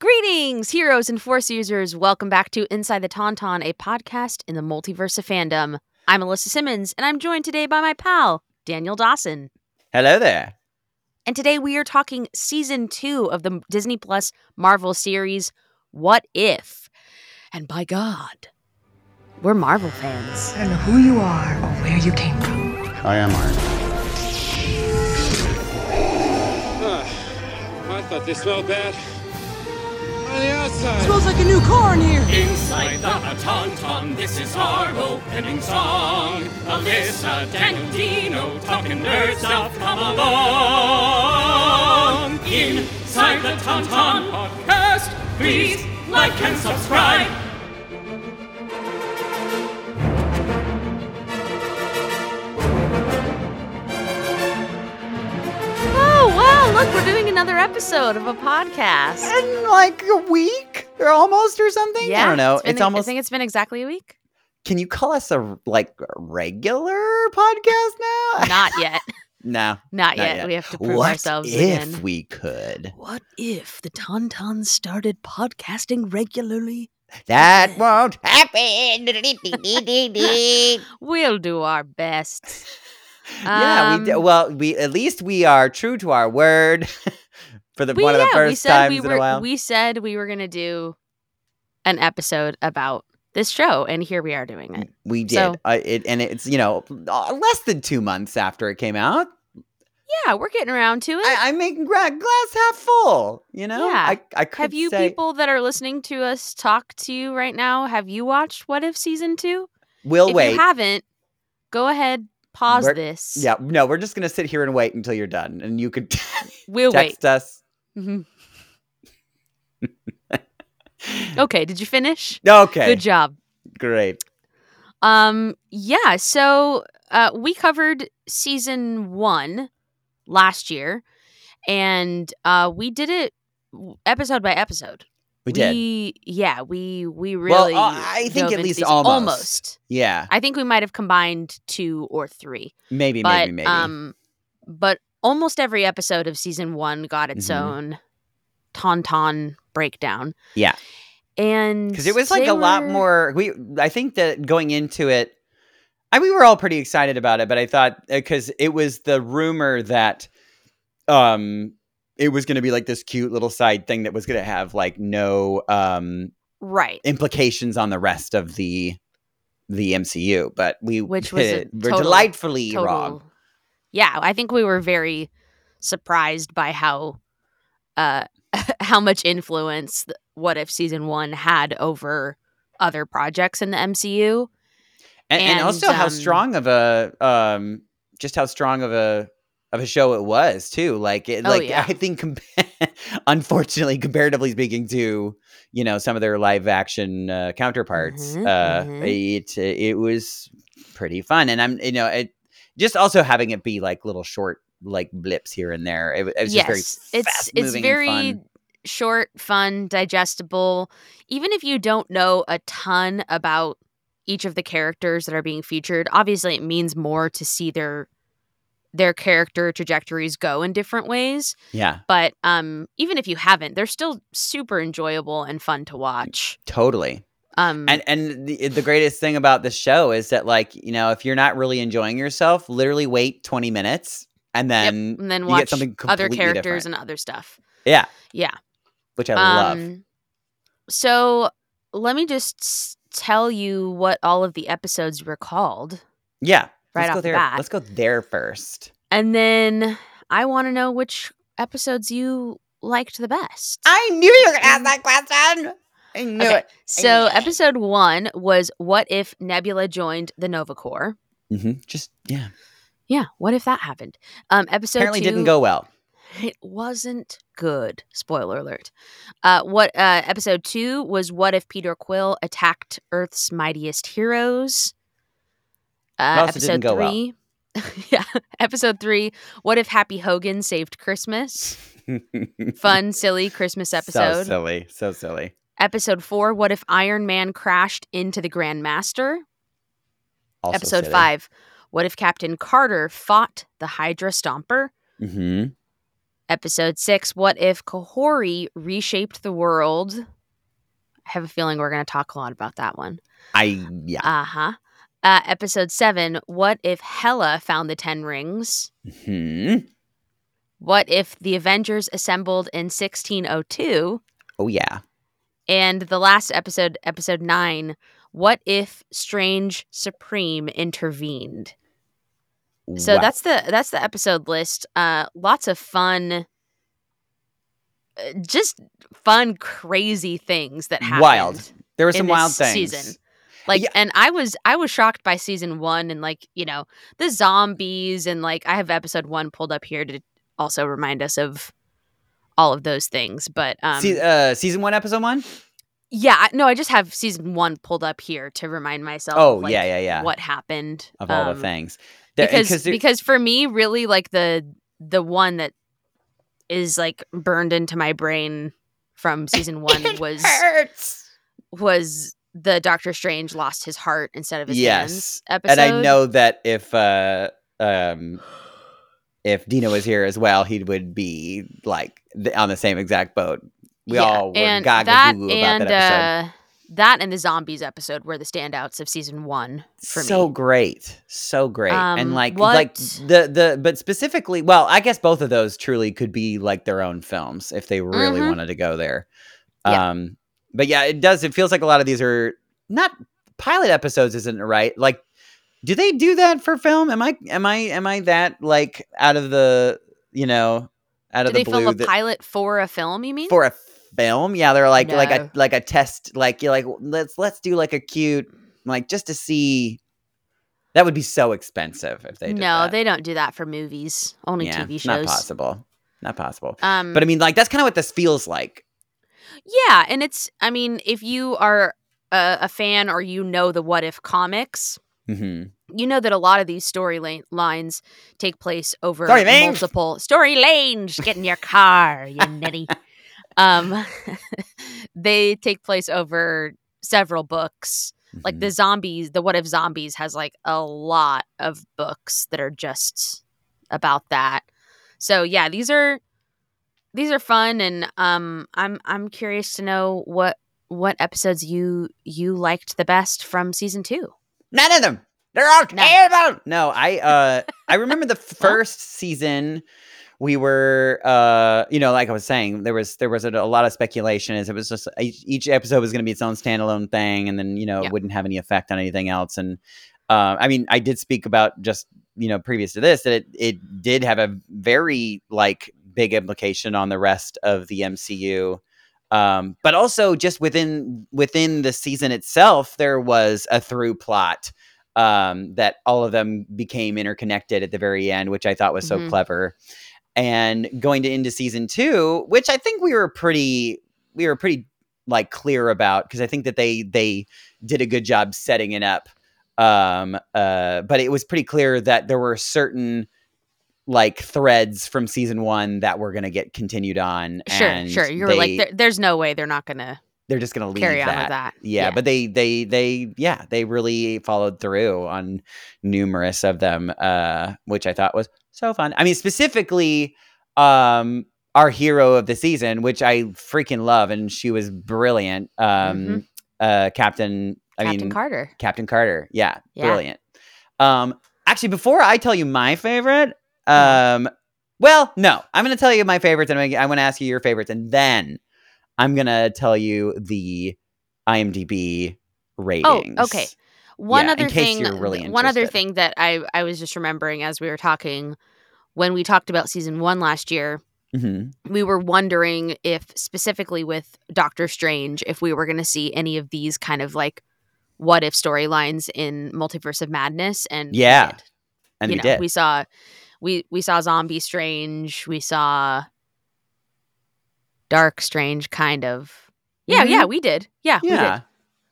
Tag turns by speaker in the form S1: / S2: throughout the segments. S1: Greetings, heroes and force users. Welcome back to Inside the Tauntaun, a podcast in the multiverse of fandom. I'm Alyssa Simmons, and I'm joined today by my pal, Daniel Dawson.
S2: Hello there.
S1: And today we are talking season two of the Disney Plus Marvel series, What If? And by God, we're Marvel fans.
S3: I don't know who you are or where you came from.
S4: I am Iron Man.
S5: Ah, I thought they smelled bad. On the outside.
S3: Smells like a new car in here.
S6: Inside the Tauntaun, this is our opening song. Alyssa, Daniel, Dino, talking nerd stuff, come along. Inside the Tauntaun podcast, please like and subscribe.
S1: Oh, wow, look, we're doing another episode of a podcast.
S2: In like a week or almost or something? I don't know. It's,
S1: been-
S2: almost.
S1: I think it's been exactly a week.
S2: Can you call us a like regular podcast now?
S1: Not yet.
S2: no.
S1: Not,
S2: Not
S1: yet.
S2: yet.
S1: We have to prove
S2: what
S1: ourselves
S2: if
S1: again.
S2: we could?
S1: What if the Tauntauns started podcasting regularly?
S2: That won't happen.
S1: We'll do our best.
S2: yeah, we d-
S1: Um,
S2: well, we at least we are true to our word for the
S1: We-
S2: one of the
S1: yeah, we
S2: first
S1: said
S2: times
S1: we
S2: in a
S1: were.
S2: while.
S1: We said we were gonna do an episode about this show, and here we are doing it.
S2: We did.
S1: so-
S2: Uh, it, and it's, you know, uh, less than 2 months after it came out.
S1: Yeah, we're getting around to it.
S2: I, I'm making gra- glass half full. You know,
S1: Yeah.
S2: I, I could
S1: have you
S2: say,
S1: people that are listening to us talk to you right now? Have you watched What If season two?
S2: We'll
S1: if
S2: Oh, wait.
S1: you haven't, go ahead, pause
S2: We're-
S1: this.
S2: yeah, no, we're just gonna sit here and wait until you're done, and you could
S1: we'll wait.
S2: text us.
S1: Mhm. okay, did you finish?
S2: Okay,
S1: Good job.
S2: great.
S1: Um, yeah, so uh, we covered season one last year, and uh, we did it w- episode by episode.
S2: We did.
S1: yeah, we we
S2: Well,
S1: really.
S2: uh, I think
S1: dove
S2: at
S1: into
S2: least
S1: these-
S2: almost.
S1: almost.
S2: yeah,
S1: I think we might have combined two or three,
S2: maybe,
S1: but
S2: maybe, maybe.
S1: um, but almost every episode of season one got its
S2: Mhm.
S1: own tauntaun breakdown.
S2: Yeah.
S1: and
S2: because it was like
S1: they
S2: a lot
S1: were-
S2: more we i think that going into it I, we were all pretty excited about it but i thought because it was the rumor that um it was going to be like this cute little side thing that was going to have like no um
S1: right.
S2: implications on the rest of the the mcu but we
S1: Which was a
S2: were
S1: total-
S2: delightfully wrong
S1: total- Yeah, I think we were very surprised by how uh how much influence th- what if season 1 had over other projects in the MCU.
S2: and, and,
S1: and,
S2: also how
S1: um,
S2: strong of a um just how strong of a of a show it was too like it,
S1: Oh,
S2: like
S1: yeah.
S2: i think compa- unfortunately comparatively speaking to you know some of their live action uh, counterparts
S1: Mhm,
S2: uh
S1: mhm.
S2: it it was pretty fun and i'm you know it just also having it be like little short like blips here and there it, wa- it was just very
S1: it's it's
S2: fast-moving and
S1: very
S2: fun.
S1: short, fun, digestible. Even if you don't know a ton about each of the characters that are being featured, obviously it means more to see their their character trajectories go in different ways.
S2: yeah
S1: but um even if you haven't they're still super enjoyable and fun to watch
S2: totally
S1: um
S2: And and the, the greatest thing about the show is that like you know if you're not really enjoying yourself, literally wait 20 minutes and
S1: yep,
S2: then
S1: and then
S2: you
S1: watch
S2: get something
S1: other
S2: completely
S1: characters
S2: different,
S1: and other stuff
S2: Yeah.
S1: yeah
S2: which I love.
S1: um so let me just s- tell you what all of the episodes were called
S2: Yeah,
S1: right
S2: let's
S1: off
S2: go
S1: the
S2: there.
S1: bat.
S2: Let's go there first.
S1: and then i want to know which episodes you liked the best
S2: I knew you were gonna ask that question. I knew
S1: Okay,
S2: it.
S1: so episode one was what if nebula joined the nova corps
S2: hmm Just yeah.
S1: yeah what if that happened um episode
S2: Apparently did didn't
S1: two-
S2: go well.
S1: It wasn't good. Spoiler alert. Uh, what uh, episode two was? What if Peter Quill attacked Earth's mightiest heroes? Uh,
S2: also didn't go well.
S1: yeah. Episode three. What if Happy Hogan saved Christmas? Fun, silly Christmas
S2: So
S1: episode.
S2: silly. So silly.
S1: Episode four. What if Iron Man crashed into the Grand Master?
S2: Also
S1: episode five. What if Captain Carter fought the Hydra Stomper?
S2: Mm-hmm.
S1: Episode six What if Kahori reshaped the world? have a feeling we're going to talk a lot about that one.
S2: I yeah.
S1: Uh-huh. Uh Episode seven. What if Hela found the Ten Rings?
S2: Hmm.
S1: What if the Avengers assembled in 1602?
S2: Oh yeah.
S1: And the last episode, episode nine. What if Strange Supreme intervened? So
S2: Wow.
S1: that's the that's the episode list. Uh, lots of fun, uh, just fun, crazy things that happened.
S2: Wild. there were some
S1: in
S2: wild
S1: this
S2: things.
S1: season. Like,
S2: Yeah.
S1: and I was I was shocked by season one and like you know the zombies and like I have episode one pulled up here to also remind us of all of those things. But um,
S2: Se- uh, season one, episode one.
S1: yeah, I- no, I just have season one pulled up here to remind myself.
S2: Oh
S1: of, like,
S2: yeah, yeah, yeah.
S1: what happened
S2: of all
S1: um,
S2: the things. There-
S1: because
S2: there-
S1: because for me really like the the one that is like burned into my brain from season one was
S2: hurts.
S1: was the Doctor Strange lost his heart instead of his
S2: Yes,
S1: hands episode.
S2: and I know that if uh um if Dino was here as well, he would be like th- on the same exact boat. We
S1: Yeah,
S2: all were
S1: and
S2: gaga
S1: that
S2: about
S1: and
S2: that episode.
S1: uh, that and the zombies episode were the standouts of season one for
S2: so
S1: me.
S2: great, so great,
S1: Um,
S2: and like like
S1: what-
S2: the the but specifically, well, I guess both of those truly could be like their own films if they really
S1: Mhm.
S2: wanted to go there.
S1: Yeah.
S2: Um, but yeah, it does. It feels like a lot of these are not pilot episodes, isn't it right? Like, do they do that for film? Am I am I am I that like out of the you know out
S1: Did
S2: of
S1: they
S2: the
S1: film
S2: blue
S1: a
S2: that-
S1: pilot for a film? You mean?
S2: for a film? Yeah, they're like like
S1: No.
S2: a like a test. Like you're like let's let's do like a cute like just to see. That would be so expensive if they did
S1: no,
S2: that.
S1: they don't do that for movies. Only
S2: yeah,
S1: TV shows.
S2: not possible, not possible.
S1: Um,
S2: But I mean, like that's kind of what this feels like.
S1: Yeah, and it's I mean, if you are a, a fan or you know the what if comics,
S2: hmm
S1: you know that a lot of these story la- lines take place over
S2: Story lanes.
S1: multiple story lanes. Get in your car, you nitty. Um, they take place over several books.
S2: mm-hmm.
S1: Like
S2: Mm.
S1: the zombies, the what if zombies has like a lot of books that are just about that. So yeah, these are these are fun and um I'm I'm curious to know what what episodes you you liked the best from season 2.
S2: None of them. They're all
S1: No.
S2: terrible. No, I uh I remember the first season we were uh you know like I was saying there was there was a, a lot of speculation as it was just each, each episode was going to be its own standalone thing and then you know
S1: Yeah.
S2: it wouldn't have any effect on anything else and uh, I mean I did speak about just you know previous to this that it it did have a very like big implication on the rest of the MCU um, but also just within within the season itself, there was a through plot um, that all of them became interconnected at the very end, which I thought was so
S1: Mhm.
S2: clever. And going to into season two, which I think we were pretty we were pretty like clear about because I think that they they did a good job setting it up. Um, uh, but it was pretty clear that there were certain like threads from season one that were going to get continued on.
S1: Sure,
S2: and
S1: sure. You were
S2: they-
S1: like there, there's no way they're not going to
S2: they're just gonna leave
S1: carry on
S2: that.
S1: with that.
S2: Yeah, but they they they yeah they really followed through on numerous of them, uh, which I thought was so fun. I mean, specifically, um, our hero of the season, which I freaking love, and she was brilliant. Um,
S1: Mhm.
S2: uh, Captain, I
S1: Captain
S2: mean
S1: Carter.
S2: Captain Carter, yeah,
S1: Yeah.
S2: brilliant. Um, actually, before I tell you my favorite,
S1: Uh-huh.
S2: um, well, no, I'm gonna tell you my favorites, and I want to ask you your favorites, and then I'm gonna tell you the IMDb ratings.
S1: Oh, okay. One
S2: Yeah, in
S1: other
S2: case
S1: thing
S2: you're really
S1: one other
S2: interested.
S1: thing that I I was just remembering as we were talking when we talked about season 1 last year,
S2: hmm
S1: we were wondering if specifically with Doctor Strange if we were going to see any of these kind of like what if storylines in Multiverse of Madness and we
S2: Yeah,
S1: did.
S2: And
S1: You
S2: we
S1: know,
S2: did.
S1: we saw we we saw Zombie Strange, we saw Dark Strange kind of. Yeah,
S2: Mhm.
S1: yeah, we did. Yeah,
S2: yeah,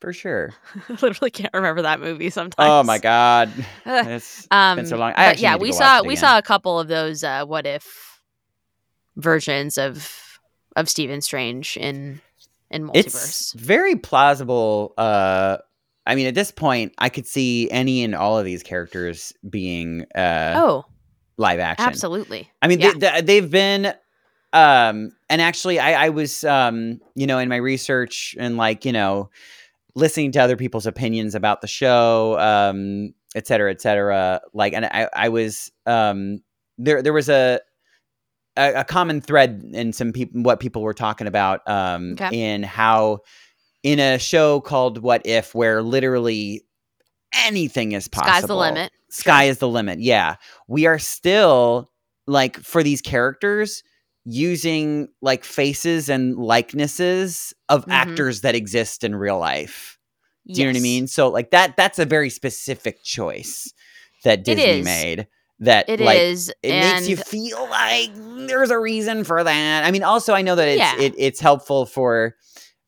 S2: for sure.
S1: we did. I literally can't remember that movie sometimes.
S2: Oh my god,
S1: Ugh.
S2: it's
S1: Um
S2: been so long. I
S1: but
S2: actually
S1: yeah,
S2: need to
S1: we
S2: go watch
S1: saw
S2: it
S1: we
S2: again.
S1: saw a couple of those uh what if versions of of Stephen Strange in in multiverse.
S2: It's very plausible. Uh, I mean, at this point, I could see any and all of these characters being uh,
S1: oh,
S2: live action.
S1: absolutely.
S2: I mean,
S1: Yeah.
S2: they, they, they've been um and actually i i was um you know in my research and like you know listening to other people's opinions about the show um et cetera et cetera like and i i was um there there was a a, a common thread in some people what people were talking about um
S1: Okay.
S2: in how in a show called what if where literally anything is possible
S1: Sky's the limit.
S2: sky is the limit. Yeah. We are still like for these characters using like faces and likenesses of
S1: Mhm.
S2: actors that exist in real life. Do you know what I
S1: Yes.
S2: mean? So like that that's a very specific choice that Disney
S1: is.
S2: made that
S1: It is,
S2: like it
S1: and
S2: makes you feel like there's a reason for that. I mean, also I know that it's
S1: Yeah.
S2: it, it's helpful for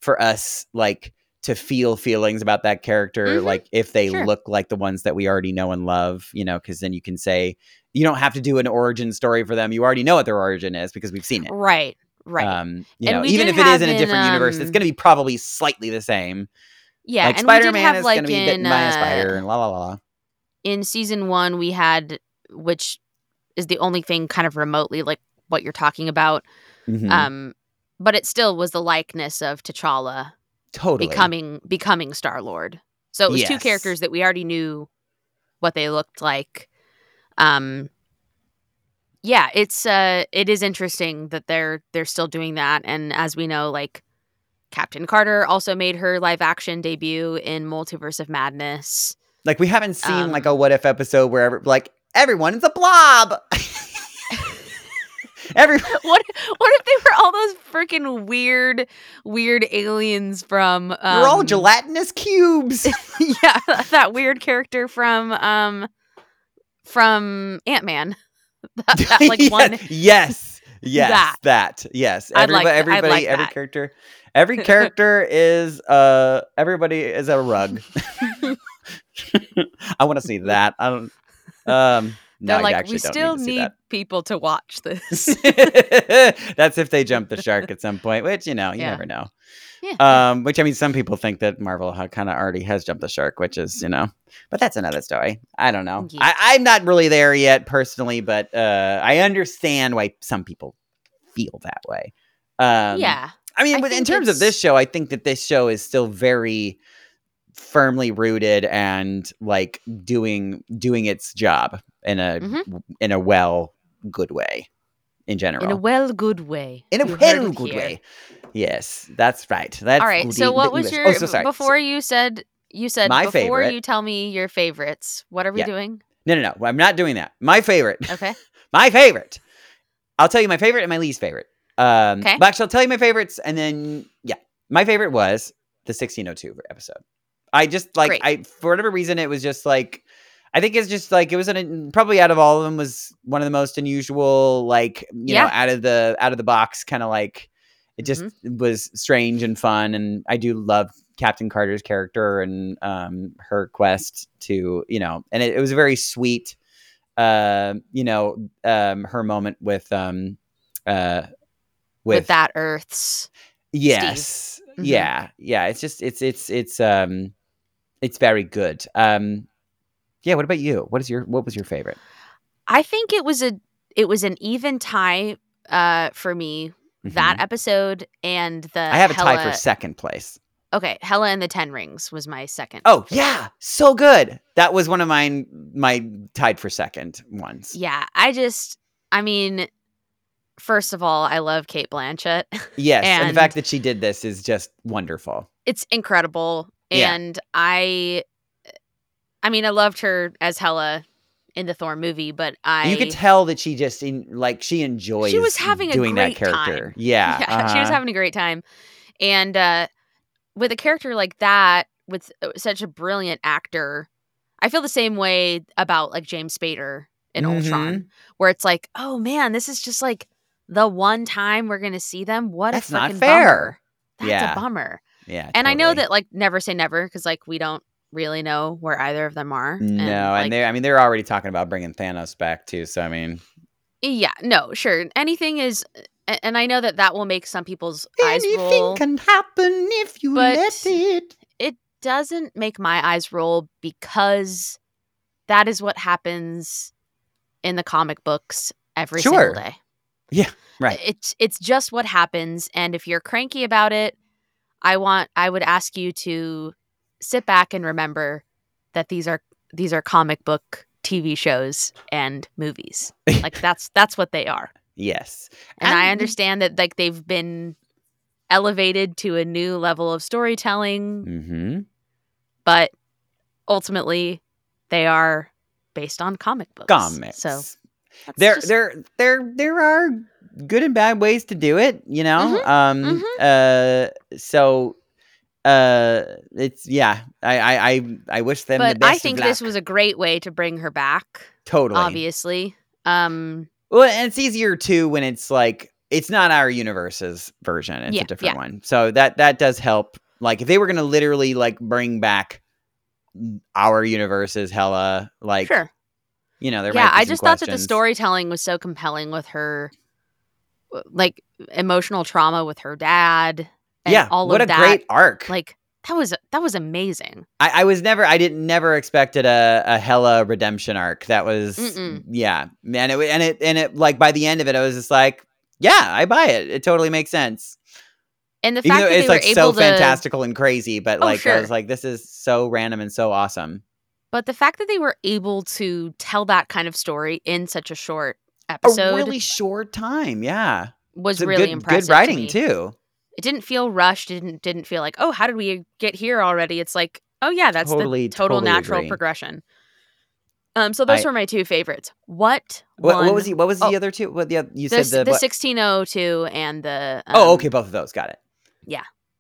S2: for us like to feel feelings about that character,
S1: Mhm.
S2: like if they
S1: Sure.
S2: look like the ones that we already know and love, you know, because then you can say you don't have to do an origin story for them. You already know what their origin is because we've seen it.
S1: right, right.
S2: Um, you
S1: And
S2: know,
S1: we
S2: even
S1: did
S2: if it is in a
S1: have
S2: different
S1: in,
S2: universe, it's
S1: um,
S2: going to be probably slightly the same.
S1: yeah,
S2: like
S1: and we
S2: Spider
S1: did
S2: Man
S1: have
S2: is
S1: like
S2: going to be
S1: in
S2: bitten by a
S1: uh,
S2: spider, and la la la. la.
S1: in season one we had which is the only thing kind of remotely like what you're talking about
S2: Mhm.
S1: um but it still was the likeness of t'challa
S2: totally
S1: becoming becoming star lord so it was two
S2: Yes.
S1: characters that we already knew what they looked like um yeah it's uh it is interesting that they're they're still doing that and as we know like captain carter also made her live action debut in multiverse of madness
S2: Like we haven't seen like
S1: Um,
S2: a what if episode where every, like everyone is a blob. every
S1: what what if they were all those freaking weird weird aliens from um,
S2: they're all gelatinous cubes.
S1: yeah that weird character from um from ant-man that, that, like
S2: yes,
S1: one
S2: yes. Yes,
S1: That.
S2: that. Yes.
S1: I'd like
S2: Everybody
S1: th- I'd
S2: everybody
S1: like
S2: every
S1: that.
S2: character every character is uh everybody is a rug. I want to see that. I don't um no,
S1: they're
S2: I
S1: like
S2: actually
S1: we
S2: don't
S1: still
S2: need, to
S1: need,
S2: see that.
S1: people to watch this
S2: That's if they jump the shark at some point, which you know, you
S1: Yeah.
S2: never know.
S1: yeah
S2: Um, which I mean, some people think that Marvel kind of already has jumped the shark, which is you know, but that's another story. I don't know.
S1: Yeah.
S2: I, I'm not really there yet personally, but uh, I understand why some people feel that way. Um,
S1: yeah
S2: I mean,
S1: I
S2: but in
S1: think
S2: terms of this
S1: it's-
S2: show, I think that this show is still very firmly rooted and like doing doing its job in a
S1: Mhm.
S2: in a well good way in general
S1: in a well good way
S2: in a
S1: You heard
S2: very
S1: it
S2: good
S1: here.
S2: way. Yes, that's right. That's
S1: all right
S2: good
S1: so
S2: in
S1: what
S2: the
S1: was
S2: English.
S1: your
S2: Oh, so sorry.
S1: before you said you said
S2: My
S1: before
S2: favorite-
S1: you tell me your favorites what are we
S2: Yeah.
S1: doing
S2: No, no, no. I'm not doing that. My favorite.
S1: okay
S2: my favorite. I'll tell you my favorite and my least favorite. Um,
S1: Okay.
S2: But actually, I'll tell you my favorites, and then yeah, my favorite was the 1602 episode. I just like
S1: Great.
S2: I for whatever reason it was just like I think it's just like it was an probably out of all of them was one of the most unusual like you
S1: Yeah.
S2: know out of the out of the box kind of like it just
S1: Mm-hmm.
S2: was strange and fun and I do love Captain Carter's character and um, her quest to you know and it, it was a very sweet uh, you know um, her moment with um uh
S1: with,
S2: with,
S1: that earth's
S2: yes
S1: Mhm.
S2: yeah yeah it's just it's it's it's um it's very good um yeah what about you what is your what was your favorite
S1: I think it was a it was an even tie uh for me that
S2: Mhm.
S1: episode and the
S2: I have a tie
S1: Hela-
S2: for second place
S1: okay Hella and the Ten Rings was my second
S2: oh yeah so good that was one of mine my tied for second ones
S1: yeah I just I mean first of all I love Kate Blanchett
S2: yes and,
S1: and-
S2: the fact that she did this is just wonderful
S1: it's incredible
S2: Yeah.
S1: and I I mean I loved her as Hella in the Thor movie but I
S2: you could tell that she just in like she enjoys
S1: was having a
S2: doing that
S1: great time.
S2: character yeah,
S1: she was
S2: uh-huh.
S1: having a great time and uh with a character like that with uh, such a brilliant actor i feel the same way about like james spader in
S2: Mm-hmm.
S1: ultron where it's like oh man this is just like the one time we're gonna see them what
S2: That's
S1: a
S2: not
S1: frickin'
S2: fair.
S1: bummer. that's
S2: Yeah.
S1: a bummer
S2: Yeah.
S1: and i know
S2: totally.
S1: that like never say never because like we don't really know where either of them are
S2: No, and,
S1: like,
S2: they I mean they're already talking about bringing Thanos back too, so I mean
S1: yeah no sure anything is a- and i know that that will make some people's eyes roll
S2: can happen if you
S1: but-
S2: it.
S1: doesn't make my eyes roll because that is what happens in the comic books every single
S2: Sure.
S1: day.
S2: Yeah, right.
S1: It's it's just what happens and if you're cranky about it, I want I would ask you to sit back and remember that these are these are comic book TV shows and movies. Like that's that's what they are.
S2: Yes.
S1: And
S2: And-
S1: I understand that like they've been elevated to a new level of storytelling,
S2: Mm-hmm.
S1: but ultimately they are based on comic books.
S2: Comics.
S1: So that's
S2: there,
S1: just-
S2: there, there, there are good and bad ways to do it. You know.
S1: Mm-hmm.
S2: Um. Uh. So. Uh. It's yeah. I. I. I, I wish them. the
S1: but
S2: best
S1: I think
S2: of luck.
S1: this was a great way to bring her back,
S2: totally
S1: obviously. Um
S2: Well, and it's easier too when it's like it's not our universe's version; it's
S1: Yeah,
S2: a different
S1: yeah.
S2: one. So that that does help. Like if they were going to literally like bring back our universe's Hella, like
S1: sure.
S2: you know, there.
S1: Yeah,
S2: might be
S1: I
S2: some
S1: just thought that the
S2: questions.
S1: storytelling was so compelling with her w- like emotional trauma with her dad and
S2: yeah,
S1: all
S2: what
S1: of
S2: a
S1: that.
S2: great arc! Like
S1: Like that was that was amazing.
S2: I, I was never, I didn't never expected a, a Hella redemption arc. That was
S1: Mm-mm.
S2: yeah, man. It wa- and it and it like by the end of it, I was just like, yeah, I buy it. It totally makes sense.
S1: And the
S2: Even
S1: fact
S2: though
S1: that they
S2: it's
S1: were
S2: like so
S1: able to
S2: fantastical and crazy, but
S1: Oh,
S2: like I
S1: sure.
S2: was like, this is so random and so awesome.
S1: But the fact that they were able to tell that kind of story in such a short episode
S2: a really short time, yeah.
S1: was
S2: a
S1: really
S2: good,
S1: impressive.
S2: Good writing
S1: to me.
S2: too.
S1: It didn't feel rushed. Didn't didn't feel like oh how did we get here already? It's like oh yeah that's
S2: Totally,
S1: the total
S2: totally
S1: natural
S2: agree.
S1: progression. Um, so those
S2: I-
S1: were my two favorites. What
S2: What, what
S1: one-
S2: was he? What was the
S1: oh,
S2: other two? What the oth- you
S1: The,
S2: said the,
S1: the
S2: what-
S1: 1602 and the um,
S2: oh okay, both of those got it.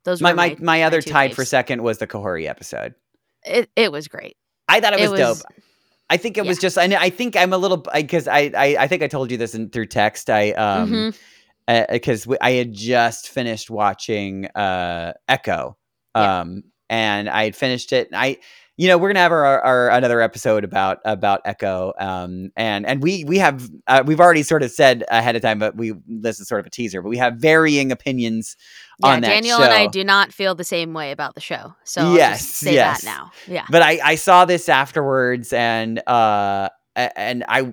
S1: those
S2: My
S1: were
S2: my,
S1: my,
S2: my, other
S1: two
S2: tied for
S1: faves.
S2: second was the Kahori episode.
S1: it, it was great.
S2: I thought it was, dope. I think it was
S1: yeah.
S2: just. I, know- I think I'm a little because I, I I think I told you this in, through text. I um.
S1: Mhm.
S2: because I had just finished watching uh, Echo,
S1: Yeah.
S2: um, and I had finished it. And I, you know, we're gonna have our, our, our another episode about about Echo, um, and and we we have uh, we've already sort of said ahead of time, but we this is sort of a teaser, but we have varying opinions
S1: Yeah,
S2: on that
S1: Daniel and I
S2: show.
S1: do not feel the same way about the show. So I'll just
S2: Yes,
S1: say
S2: yes.
S1: that now. Yeah.
S2: but I, I saw this afterwards and uh a- and I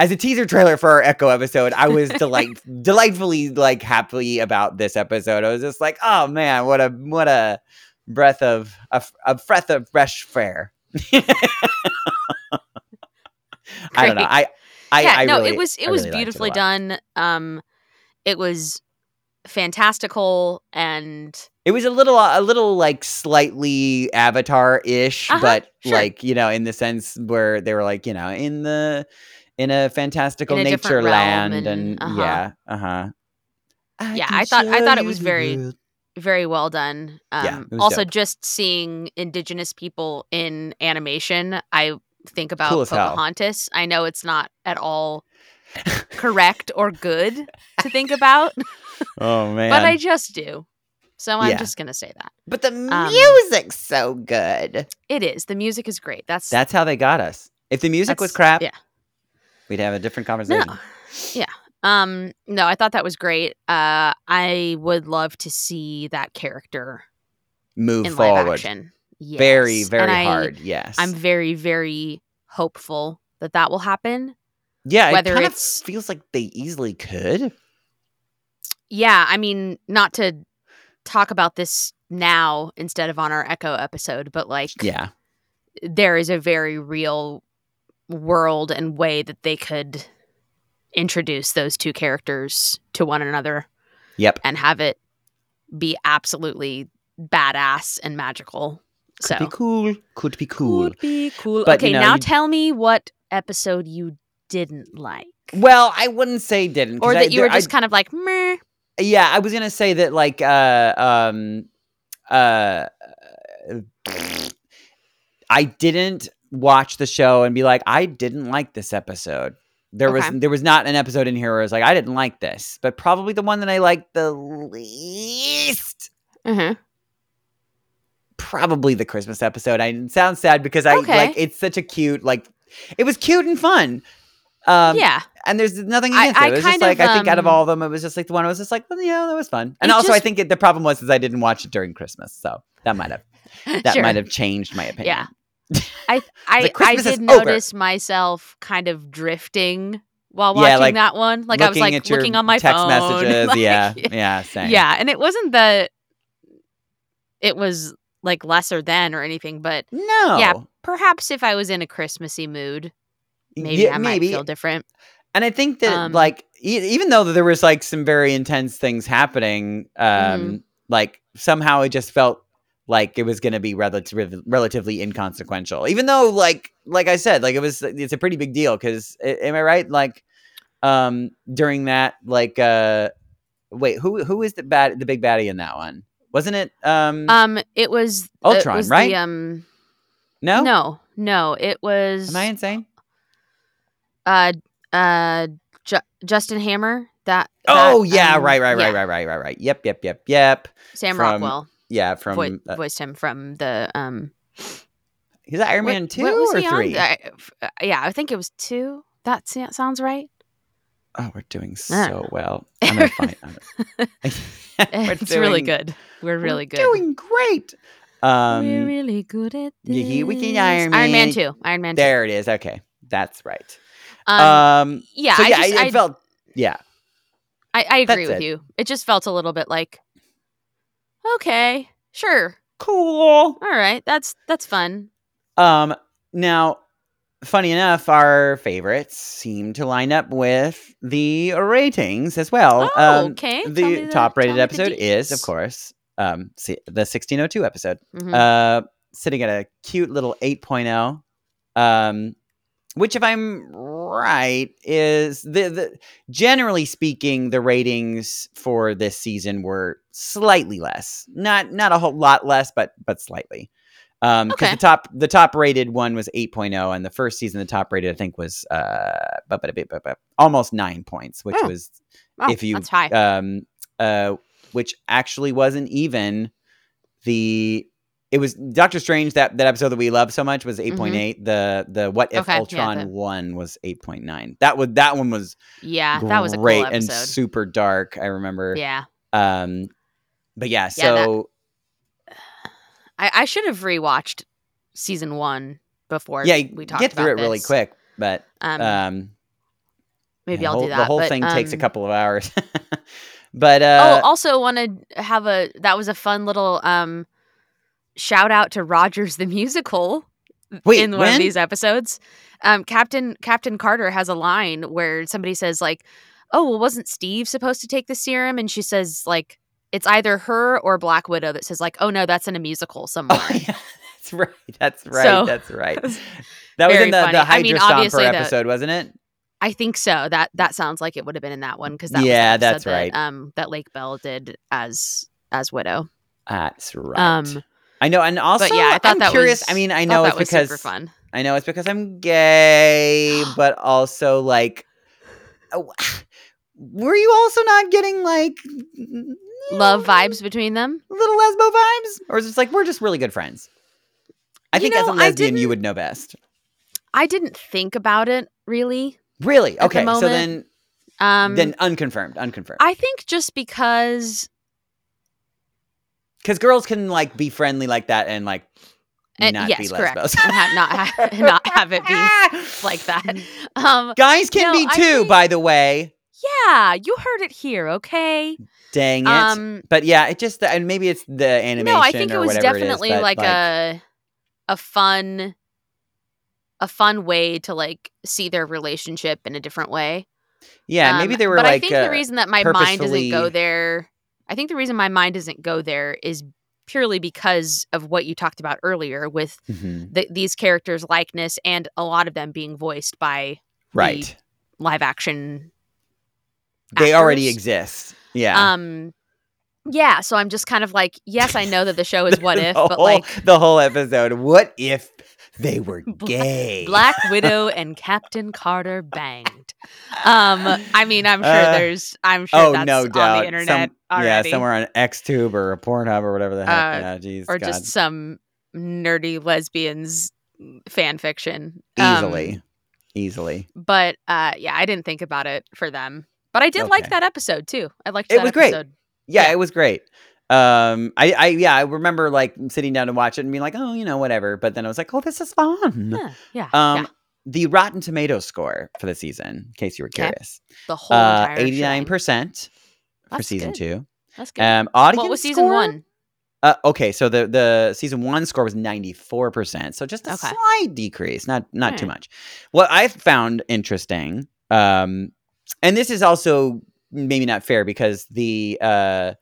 S2: as a teaser trailer for our Echo episode, I was delight delightfully like happy about this episode. I was just like, oh man, what a what a breath of a, f- a breath of fresh fare. I don't know.
S1: Great.
S2: I I,
S1: yeah,
S2: I
S1: no,
S2: really-
S1: it was
S2: I
S1: it was
S2: really liked
S1: beautifully
S2: a lot.
S1: done. Um, it was fantastical and
S2: It was a little, a little like slightly Avatar-ish,
S1: Uh-huh,
S2: but
S1: sure.
S2: like you know, in the sense where they were like you know, in the in a fantastical
S1: In a
S2: nature
S1: different realm
S2: land, and,
S1: and- uh-huh.
S2: yeah, uh huh.
S1: Yeah, I thought- I thought it was very- very well done. Um,
S2: Yeah, it was
S1: also,
S2: dope.
S1: just seeing indigenous people in animation, I think about
S2: Cool as hell.
S1: Pocahontas. I know it's not at all correct or good to think about,
S2: Oh man!
S1: but I just do. So I'm
S2: Yeah.
S1: just gonna say that
S2: but the
S1: um,
S2: music's so good.
S1: it is the music is great. That's
S2: That's how they got us. If the music was
S1: that's-
S2: crap,
S1: Yeah.
S2: we'd have a different
S1: No.
S2: conversation.
S1: Yeah. Um no, I thought that was great. Uh I would love to see that character
S2: Move
S1: in live
S2: forward.
S1: action. Yes.
S2: Very,
S1: And
S2: very
S1: I-
S2: hard. Yes.
S1: I'm very very hopeful that that will happen.
S2: yeah. It
S1: whether
S2: kind of
S1: it's-
S2: feels like they easily could.
S1: Yeah, I mean, not to talk about this now instead of on our Echo episode, but like
S2: Yeah.
S1: there is a very real world and way that they could introduce those two characters to one another
S2: Yep.
S1: and have it be absolutely badass and magical. So
S2: Could be cool. Could be cool.
S1: Could be cool.
S2: But,
S1: okay,
S2: you know,
S1: now
S2: you-
S1: tell me what episode you didn't like,
S2: Well, I wouldn't say didn't, 'cause
S1: or
S2: Mm, I,
S1: that you
S2: there-
S1: were just
S2: I-
S1: kind of like meh.
S2: yeah, I was gonna say that like uh um uh I didn't watch the show and be like I didn't like this episode. There
S1: Okay.
S2: was there was not an episode in here where I was like I didn't like this, but probably the one that I liked the least. Um,
S1: Uh-huh.
S2: Probably the Christmas episode. I it sounds sad because I
S1: Okay.
S2: like it's such a cute like it was cute and fun. Um,
S1: yeah,
S2: and there's nothing
S1: I-
S2: against
S1: I
S2: it. It was just
S1: kind of,
S2: like I think out of
S1: um,
S2: all of them, it was just like the one I was just like, well, yeah, that was fun. And
S1: It
S2: also, I
S1: just-
S2: think it, the problem was is I didn't watch it during Christmas, so that might have that
S1: Sure.
S2: might have changed my opinion.
S1: Yeah. I I, I
S2: Christmas is
S1: did
S2: over.
S1: notice myself kind of drifting while watching
S2: Yeah, like,
S1: that one. Like I was like
S2: at your
S1: looking on my
S2: text
S1: phone.
S2: messages.
S1: Like,
S2: yeah, yeah, same.
S1: Yeah, and it wasn't that it was like lesser than or anything, but
S2: no,
S1: Yeah, perhaps if I was in a Christmassy mood, maybe
S2: Yeah,
S1: I might feel different.
S2: And I think that
S1: Um,
S2: like e- even though there was like some very intense things happening, um,
S1: Mhm.
S2: like somehow it just felt like it was going to be relative, relatively inconsequential. Even though like like I said, like it was it's a pretty big deal because am I right? Like um, during that like uh, wait who who is the bad the big baddie in that one? Wasn't it? Um,
S1: Um, it was it
S2: Ultron,
S1: was
S2: right?
S1: The, um,
S2: no,
S1: no, no, it was
S2: Am I insane?
S1: uh uh Ju- Justin Hammer that.
S2: Oh
S1: that,
S2: yeah,
S1: um,
S2: right, right,
S1: yeah,
S2: right, right, right, right, right. Yep, yep, yep, yep.
S1: Sam
S2: from-
S1: Rockwell
S2: Yeah, from
S1: voi-
S2: uh,
S1: voiced him from the um
S2: Is that Iron
S1: What-
S2: Man
S1: what
S2: two
S1: was
S2: or
S1: he on?
S2: three?
S1: I- f- uh, yeah, I think it was two. That sa- sounds right.
S2: oh, we're doing
S1: I don't
S2: so well. I'm gonna find. I'm gonna- We're
S1: it's really
S2: doing-
S1: good. We're really good.
S2: We're doing great.
S1: We're
S2: Um,
S1: really good at this.
S2: you hear we can Iron
S1: Iron Man
S2: Man.
S1: two. Iron Man two.
S2: there it is. Okay, that's right.
S1: Um,
S2: Um,
S1: yeah,
S2: so
S1: I
S2: yeah,
S1: just,
S2: I,
S1: I-
S2: felt. Yeah,
S1: I, I agree
S2: That's
S1: with
S2: it.
S1: you. It just felt a little bit like, okay, sure,
S2: cool.
S1: all right, that's that's fun.
S2: Um, now, funny enough, our favorites seem to line up with the ratings as well.
S1: oh,
S2: um,
S1: okay. Tell me
S2: the top rated
S1: tell me the
S2: episode is, of
S1: deets.
S2: course, um, see, the 1602 episode.
S1: Mhm.
S2: uh, sitting at a cute little 8.0 um, which if i'm right is the, the generally speaking the ratings for this season were slightly less not not a whole lot less but but slightly um because
S1: Okay.
S2: the top the top rated one was 8.0 and the first season the top rated i think was uh bu- bu- bu- bu- bu- almost nine points which
S1: Oh.
S2: was
S1: Oh,
S2: if you
S1: that's high.
S2: um uh which actually wasn't even the it was Doctor Strange that that episode that we love so much was 8.8 the the what if
S1: Mm-hmm. Okay, yeah,
S2: Ultron
S1: the-
S2: 1 was 8.9 that was that one was
S1: yeah,
S2: great
S1: Ah, that was a cool episode.
S2: and super dark I remember
S1: yeah,
S2: um but yeah
S1: Yeah, that-
S2: so
S1: I, I should have rewatched season one before.
S2: yeah,
S1: we talked
S2: get through
S1: about
S2: it really
S1: this.
S2: quick but
S1: Um,
S2: um
S1: maybe
S2: yeah,
S1: I'll
S2: whole-
S1: do that.
S2: the whole
S1: but,
S2: thing takes a
S1: um,
S2: couple of hours but uh
S1: oh, also want to have a that was a fun little um shout out to Rogers the musical
S2: Wait,
S1: in one of
S2: when?
S1: these episodes. Um Captain Captain Carter has a line where somebody says like, "Oh, well wasn't Steve supposed to take the serum?" and she says like it's either her or Black Widow that says like, "Oh no, that's in a musical somewhere."
S2: Oh, yeah, that's right. That's right.
S1: So-
S2: that's right. That was
S1: very
S2: in the,
S1: funny.
S2: the
S1: I mean,
S2: Hydra
S1: obviously
S2: Stomper
S1: the-
S2: episode, wasn't it?
S1: I think so. That that sounds like it would have been in that one because that
S2: Yeah,
S1: was the episode
S2: that's
S1: that,
S2: right.
S1: um that Lake Bell did as as Widow.
S2: That's right.
S1: Um,
S2: I know, and also,
S1: but yeah, I thought
S2: am
S1: that
S2: curious.
S1: was
S2: I mean, I
S1: thought
S2: know
S1: that
S2: it's
S1: was
S2: because
S1: super fun.
S2: I know it's because I'm gay, but also like, oh, were you also not getting like mm,
S1: Love vibes between them.
S2: little lesbo vibes, or is it just like we're just really good friends? I
S1: You
S2: think as
S1: know,
S2: a
S1: I
S2: lesbian, you
S1: didn't-
S2: would know best.
S1: I didn't think about it really.
S2: Really?
S1: the
S2: Okay. So
S1: moment,
S2: then,
S1: Um,
S2: then unconfirmed, unconfirmed.
S1: I think just because
S2: Because girls can like be friendly like that and like
S1: and,
S2: not
S1: Eh, yes,
S2: be
S1: correct,
S2: lesbos.
S1: and ha- not ha- not have it be like that. Um,
S2: Guys can
S1: No,
S2: be
S1: I
S2: too,
S1: think-
S2: by the way.
S1: yeah, you heard it here, okay?
S2: Dang it.
S1: Um,
S2: but yeah, it just and maybe it's the animation.
S1: no, I think
S2: or
S1: it was
S2: whatever
S1: definitely
S2: it is, but,
S1: like, uh, a a fun a fun way to like see their relationship in a different way.
S2: yeah.
S1: Um,
S2: maybe they were
S1: but
S2: like
S1: I think the
S2: uh,
S1: reason that my mind doesn't go
S2: purposefully-
S1: there, I think the reason my mind doesn't go there is purely because of what you talked about earlier with
S2: mhm,
S1: th- these characters' likeness and a lot of them being voiced by
S2: right.
S1: live action.
S2: They already
S1: actors.
S2: exist. Yeah.
S1: Um, yeah. So I'm just kind of like, yes, I know that the show is what
S2: The
S1: if, but
S2: whole-
S1: like
S2: the whole episode. What if they were gay?
S1: Black Widow and Captain Carter banged. Um, I mean, I'm sure
S2: Uh,
S1: there's, I'm sure
S2: Oh
S1: that's
S2: no
S1: on
S2: doubt.
S1: the internet
S2: Some, yeah,
S1: already,
S2: somewhere on XTube or Pornhub or whatever the heck.
S1: Uh,
S2: yeah, geez,
S1: or
S2: God.
S1: just some nerdy lesbians fan fiction Um,
S2: easily, easily.
S1: but uh, yeah, I didn't think about it for them. But I did like
S2: Okay.
S1: that episode too. I liked
S2: It
S1: that
S2: was great.
S1: episode.
S2: yeah,
S1: Yeah.
S2: it was great. Um, I, I, yeah, I remember like sitting down to watch it and being like, oh, you know, whatever. But then I was like, oh, this is fun.
S1: Yeah, yeah.
S2: Um, the Rotten Tomato score for the season, in case you were
S1: Okay.
S2: curious.
S1: The whole
S2: Uh,
S1: entire show.
S2: 89% for
S1: That's
S2: season
S1: good.
S2: two.
S1: That's good.
S2: Um, audience
S1: what was season
S2: score?
S1: one?
S2: Uh, okay, so the the season one score was ninety four percent, so just a
S1: Okay.
S2: slight decrease, not not too
S1: Alright.
S2: much. What I found interesting, um, and this is also maybe not fair because the uh,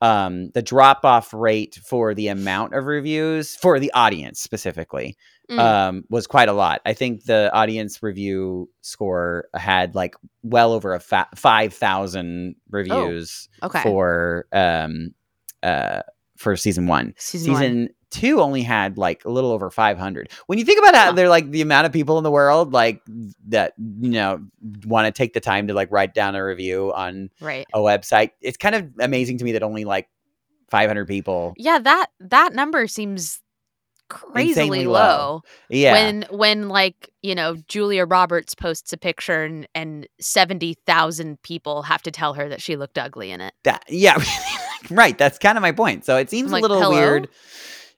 S2: um, the drop off rate for the amount of reviews for the audience specifically
S1: Mm.
S2: um, was quite a lot. I think the audience review score had like well over a fa- five thousand reviews
S1: Oh, okay.
S2: for um, uh, for season one
S1: Season, one.
S2: season two only had like a little over 500 when you think about how
S1: Huh.
S2: they're like the amount of people in the world like that you know want to take the time to like write down a review on
S1: Right.
S2: a website it's kind of amazing to me that only like 500 people
S1: Yeah, that that number seems crazily
S2: Insanely
S1: low.
S2: low. yeah
S1: When when like, you know, Julia Roberts posts a picture and, and 70,000 people have to tell her that she looked ugly in it.
S2: that yeah right that's kind of my point so it seems
S1: like,
S2: a little
S1: hello?
S2: weird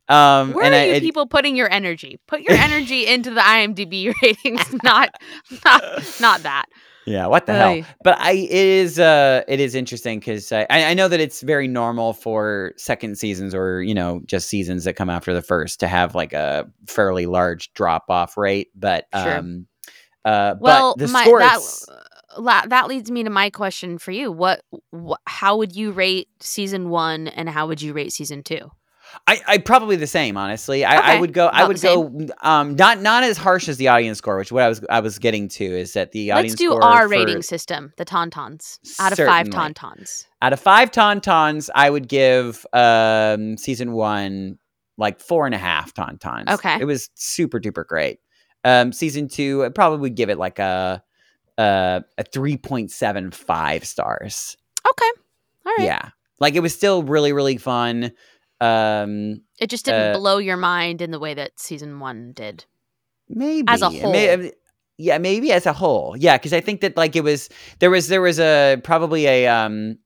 S2: um
S1: Where
S2: and
S1: are
S2: I,
S1: you
S2: it-
S1: people putting your energy? Put your energy into the IMDb ratings, not not not that.
S2: yeah what the hell
S1: Ay.
S2: but I it is uh it is interesting because I, I I know that it's very normal for second seasons or you know just seasons that come after the first to have like a fairly large drop off rate, but
S1: Sure.
S2: um uh
S1: Well,
S2: but the
S1: my,
S2: score
S1: that
S2: is-
S1: la- that leads me to my question for you. What wh- how would you rate season 1 and how would you rate season 2?
S2: I, I probably the same honestly I, I
S1: Okay,
S2: would go I
S1: about
S2: would
S1: the
S2: go um not not as harsh as the audience score which what I was I was getting to is that the
S1: Let's
S2: audience
S1: do
S2: score
S1: our
S2: for-
S1: rating system, the Tauntauns. Out of five
S2: Certainly.
S1: Tauntauns.
S2: out of five tauntauns I would give um season one like four and a half tauntauns.
S1: Okay.
S2: it was super duper great. Um, season two I probably would give it like a a, a three point seven five stars.
S1: Okay. All right.
S2: Yeah, like it was still really really fun. Um,
S1: It just didn't
S2: Uh,
S1: blow your mind in the way that season one did.
S2: maybe
S1: As a
S2: I may- yeah, maybe as a whole. Yeah, because I think that like it was there was there was a probably a um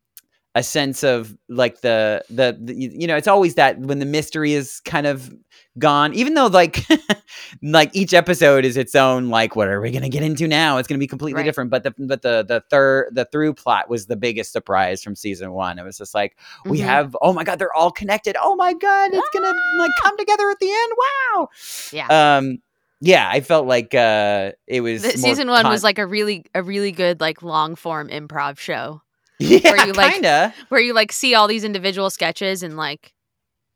S2: a sense of like the the, the you you know it's always that when the mystery is kind of gone even though like like each episode is its own like what are we going to get into now it's going to be completely
S1: Right.
S2: different but the but the the third the through plot was the biggest surprise from season 1 it was just like we
S1: Mhm.
S2: have oh my god they're all connected oh my god it's gonna like
S1: Ah!
S2: come together at the end wow
S1: Yeah.
S2: um yeah i felt like uh it was
S1: The-
S2: more
S1: season one
S2: con-
S1: was like a really a really good like long form improv show
S2: yeah
S1: you, like-
S2: kinda
S1: where you like see all these individual sketches and like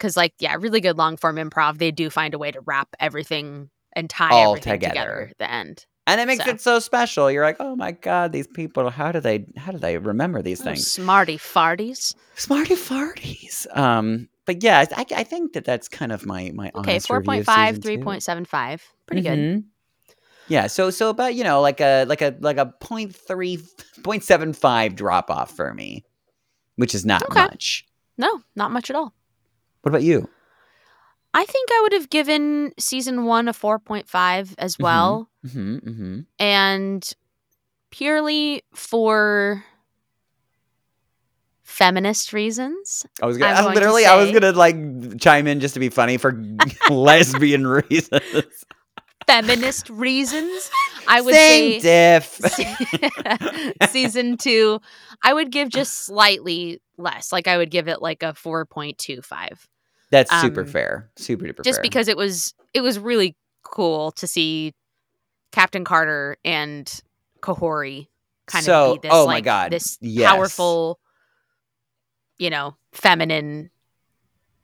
S1: cuz like yeah, really good long form improv. They do find a way to wrap everything and tie
S2: All
S1: everything together.
S2: together.
S1: at the end.
S2: and it makes
S1: so.
S2: it so special you're like oh my god these people how do they how do they remember these
S1: Oh,
S2: things
S1: smarty farties.
S2: smarty farties um but yeah I, I think that that's kind of my my
S1: Okay,
S2: honest review of
S1: 4.5,
S2: season two.
S1: 3.75. Pretty good.
S2: Mhm. yeah so so about you know like a like a like a 0.3 0.75 drop off for me which is not
S1: Okay.
S2: much
S1: No, not much at all.
S2: what about you
S1: I think I would have given season 1 a 4.5 as
S2: Mhm.
S1: well.
S2: mm-hmm, mm-hmm.
S1: and purely for feminist reasons.
S2: I was gonna
S1: I'm
S2: I
S1: going to
S2: literally I was
S1: say-
S2: gonna like chime in just to be funny for lesbian reasons.
S1: Feminist reasons. I would
S2: Same
S1: say
S2: diff.
S1: season two, I would give just slightly less. Like I would give it like a 4.25.
S2: That's super
S1: um,
S2: fair. Super duper
S1: just
S2: fair.
S1: because it was it was really cool to see Captain Carter and Kahori kind
S2: So-
S1: of be this
S2: oh my
S1: like
S2: God,
S1: this
S2: yes.
S1: powerful, you know, feminine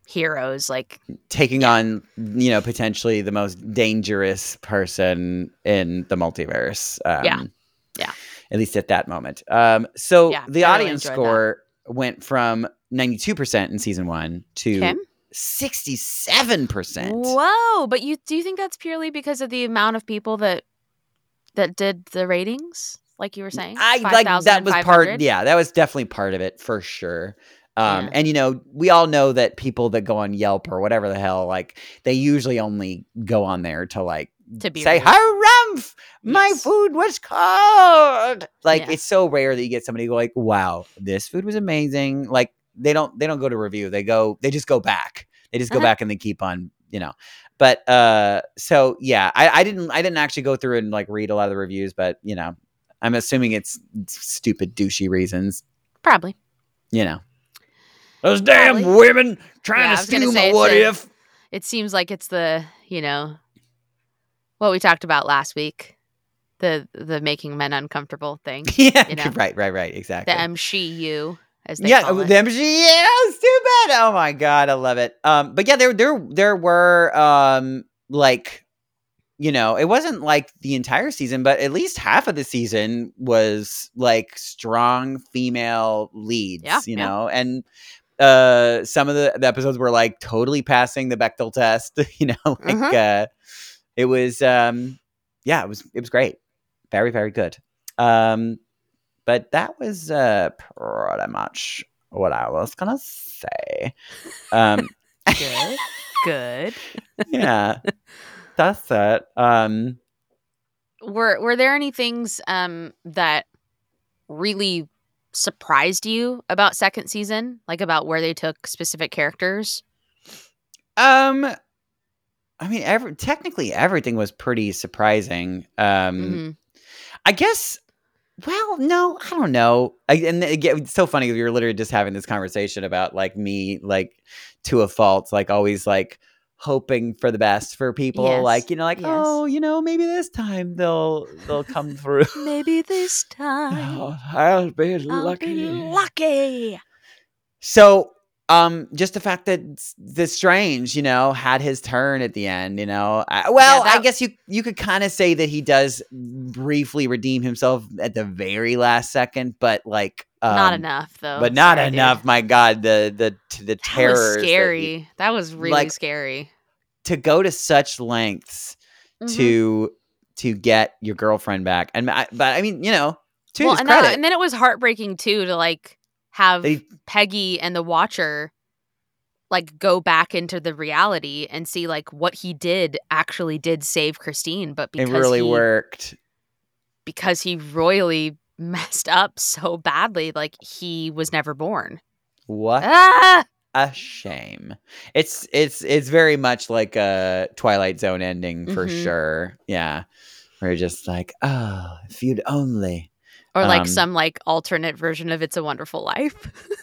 S1: heroes. Like
S2: taking on you know potentially the most dangerous person in the multiverse. Um,
S1: Yeah. Yeah.
S2: At least at that moment. Um, so
S1: Yeah,
S2: the
S1: I really
S2: audience
S1: enjoyed that.
S2: score went from ninety two percent in season one
S1: Okay.
S2: to sixty seven percent.
S1: whoa! But you do you think that's purely because of the amount of people that that did the ratings? Like you were saying,
S2: I like that was part.
S1: 5,500?
S2: Yeah, that was definitely part of it for sure. Um,
S1: Yeah.
S2: And you know, we all know that people that go on Yelp or whatever the hell, like they usually only go on there to like
S1: to be
S2: say
S1: rude.
S2: "Harumph, my
S1: Yes.
S2: food was cold." Like
S1: Yeah.
S2: it's so rare that you get somebody go like, "Wow, this food was amazing." Like they don't they don't go to review. They go they just go back. They just go
S1: Uh-huh.
S2: back and they keep on you know. But uh, so yeah, I, I didn't I didn't actually go through and like read a lot of the reviews, but you know, I'm assuming it's stupid douchey reasons,
S1: Probably.
S2: you know. Those
S1: damn Probably.
S2: women
S1: Yeah, I was gonna say it's a- It seems like it's the, you know, what we talked about last week. The the making men uncomfortable thing.
S2: Yeah,
S1: you know.
S2: right, right, right, exactly.
S1: The M she you as they
S2: yeah,
S1: call
S2: the
S1: it.
S2: MG. Yeah, it's too bad. Oh my god, I love it. Um, but yeah, there, there, there were um, like, you know, it wasn't like the entire season, but at least half of the season was like strong female leads.
S1: Yeah,
S2: you
S1: yeah.
S2: know, and uh, some of the, the episodes were like totally passing the Bechtel test. You know, like uh, it was, um, yeah, it was, it was great, very, very good. Um, but that was uh, pretty much what I was gonna say. Um,
S1: Good. Good.
S2: yeah, that's it. Um,
S1: Were were there any things um that really surprised you about second season? Like about where they took specific characters?
S2: um, I mean, every, technically everything was pretty surprising. Um,
S1: Mhm.
S2: I guess. Well, no, I don't know. I, and again, it's so funny. We were literally just having this conversation about like me, like to a fault, like always like hoping for the best for people.
S1: Yes,
S2: Like you know, like
S1: yes.
S2: oh, you know, maybe this time they'll they'll come through.
S1: Maybe this time
S2: I'll be
S1: I'll be lucky.
S2: So, um, just the fact that s- the Strange, you know, had his turn at the end, you know. I, well, I
S1: that-
S2: guess you you could kind of say that he does briefly redeem himself at the very last second, but like um,
S1: not enough though.
S2: But not
S1: Sorry, dude.
S2: enough. My God, the the t- the
S1: That
S2: terror
S1: was scary. that was really
S2: like,
S1: scary.
S2: to go to such lengths
S1: Mhm.
S2: to to get your girlfriend back, and I, but I mean, you know, to
S1: well,
S2: his
S1: and, that-
S2: credit,
S1: and then it was heartbreaking too to like have
S2: they
S1: Peggy and the Watcher like go back into the reality and see like what he did actually did save Christine, but
S2: it
S1: because
S2: really
S1: he,
S2: worked.
S1: because he royally messed up so badly, like he was never born.
S2: What?
S1: Ah!
S2: a shame. It's it's it's very much like a Twilight Zone ending for
S1: Mhm.
S2: sure. Yeah. We're just like, oh, if you'd only.
S1: Or like
S2: Um,
S1: some like alternate version of It's a Wonderful Life.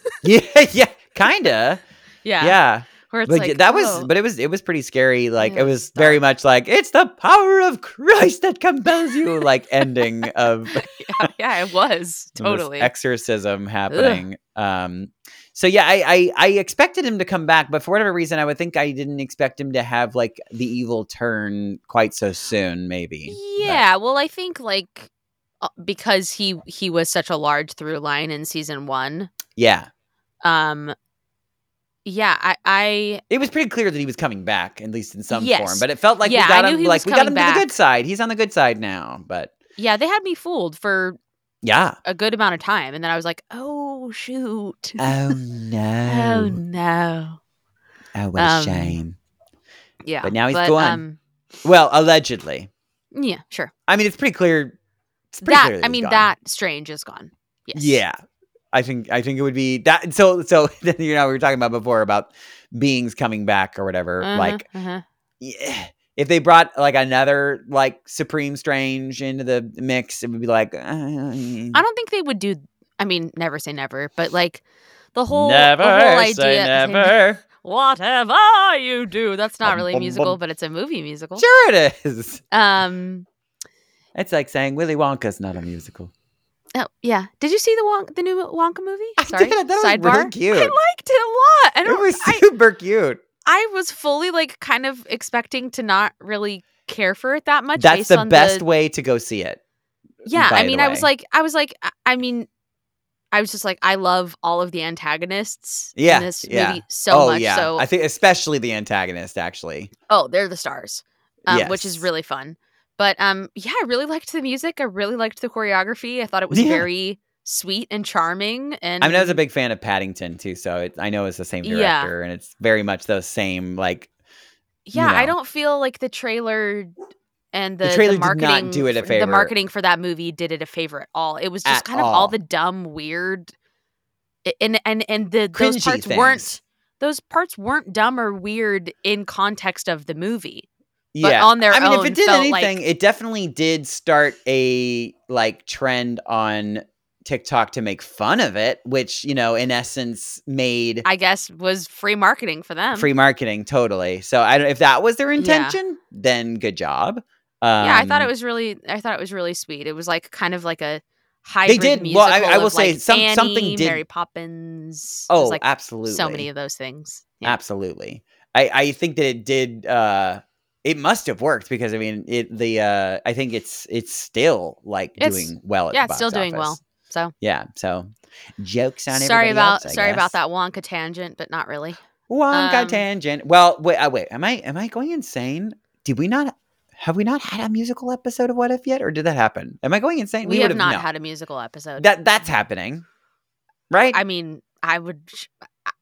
S2: Yeah, yeah, kinda. Yeah.
S1: yeah. Where it's
S2: But
S1: like
S2: that was
S1: oh,
S2: but it was it was pretty scary. Like
S1: Yeah,
S2: it was very
S1: stop.
S2: much like it's the power of Christ that compels you like ending of
S1: yeah, yeah, it was
S2: this
S1: totally.
S2: exorcism happening. Um, so yeah, I, I I expected him to come back, but for whatever reason, I would think I didn't expect him to have like the evil turn quite so soon. Maybe. But-
S1: Yeah, well, I think like uh, because he he was such a large through line in season one.
S2: yeah,
S1: Um, yeah, I, I
S2: it was pretty clear that he was coming back, at least in some
S1: Yes.
S2: form. But it felt like
S1: Yeah,
S2: we
S1: I
S2: got
S1: knew
S2: him.
S1: he
S2: Like
S1: was
S2: we got him
S1: coming
S2: to the
S1: back.
S2: good side. He's on the good side now. But
S1: yeah, they had me fooled for
S2: yeah.
S1: a good amount of time, and then I was like, oh shoot,
S2: Oh
S1: oh
S2: no!
S1: no,
S2: oh, what a
S1: um,
S2: shame.
S1: yeah.
S2: But now he's gone.
S1: Um,
S2: Well, allegedly.
S1: yeah, sure.
S2: I mean, it's pretty clear. It's pretty clear
S1: That
S2: that
S1: I
S2: he's
S1: mean,
S2: gone.
S1: that strange is gone. Yes.
S2: Yeah. I think I think it would be that so so you know we were talking about before about beings coming back or whatever
S1: Uh-huh,
S2: like mm.
S1: uh-huh.
S2: yeah, if they brought like another like supreme strange into the mix it would be like "Uh,
S1: I don't think they would do. I mean, never say never, but like the whole
S2: never
S1: the whole idea.
S2: say
S1: say
S2: never
S1: whatever you do. That's not
S2: Bum,
S1: really a
S2: bum,
S1: musical,
S2: bum.
S1: but it's a movie musical.
S2: sure it is
S1: Um.
S2: it's like saying Willy Wonka's not a musical
S1: Oh yeah. Did you see the Wonk, the new Wonka movie?
S2: I
S1: Sorry.
S2: did, I thought it was really
S1: Sidebar.
S2: cute.
S1: I liked it a lot. I
S2: it
S1: don't.
S2: was
S1: I,
S2: super cute
S1: I was fully like kind of expecting to not really care for it that much.
S2: that's
S1: based
S2: the
S1: on
S2: best
S1: The,
S2: way to go see it
S1: yeah.
S2: by
S1: I
S2: the
S1: mean, I was
S2: way.
S1: like, I was like, I- I mean. I was just like, I love all of the antagonists
S2: Yeah,
S1: in this
S2: yeah.
S1: movie so
S2: oh
S1: much.
S2: yeah
S1: So
S2: I think especially the antagonist actually
S1: oh, they're the stars, um, which
S2: Yes.
S1: is really fun. But um, yeah, I really liked the music. I really liked the choreography. I thought it was
S2: Yeah.
S1: very sweet and charming. And
S2: I mean, I was a big fan of Paddington too, so it, I know it's the same
S1: Yeah.
S2: director, and it's very much those same like
S1: yeah, I
S2: no.
S1: don't feel like the trailer and
S2: The
S1: the, the
S2: trailer did not
S1: marketing
S2: do it a
S1: for-
S2: favor.
S1: The marketing for that movie did it a favor at all. It was just
S2: At
S1: kind of all
S2: all.
S1: the dumb, weird, a- and and and the those
S2: Cringy
S1: parts weren't
S2: things.
S1: those parts weren't dumb or weird in context of the movie. But
S2: yeah.
S1: on their
S2: I mean, if
S1: own
S2: it did
S1: felt
S2: anything,
S1: like-
S2: it definitely did start a like trend on TikTok to make fun of it, which you know, in essence, made
S1: I guess was free marketing for them.
S2: free marketing totally. So I don't if that was their intention, then good job. Um,
S1: yeah, I thought it was really. I thought it was really sweet. It was like kind of like a hybrid.
S2: did-
S1: Musical
S2: well, I- I
S1: of,
S2: will say
S1: like
S2: some-
S1: Annie,
S2: something did-
S1: Mary Poppins. It was,
S2: Oh,
S1: like
S2: absolutely.
S1: so many of those things. Yeah.
S2: Absolutely. I, I think that it did uh it must have worked because I mean it the uh I think it's it's still like
S1: It's-
S2: doing well at
S1: yeah,
S2: the
S1: it's still
S2: box
S1: doing well.
S2: office.
S1: So
S2: Yeah, so jokes on
S1: sorry
S2: everybody
S1: about
S2: else, I
S1: sorry
S2: guess.
S1: about that Wonka tangent, but not really.
S2: Wonka
S1: Um,
S2: tangent. Well, wait, uh, wait. Am I am I going insane? Did we not have we not had a musical episode of What If yet, or did that happen? Am I going insane?
S1: We,
S2: would
S1: have not
S2: no.
S1: had a musical episode.
S2: that. That's happening, right?
S1: I mean, I would. sh-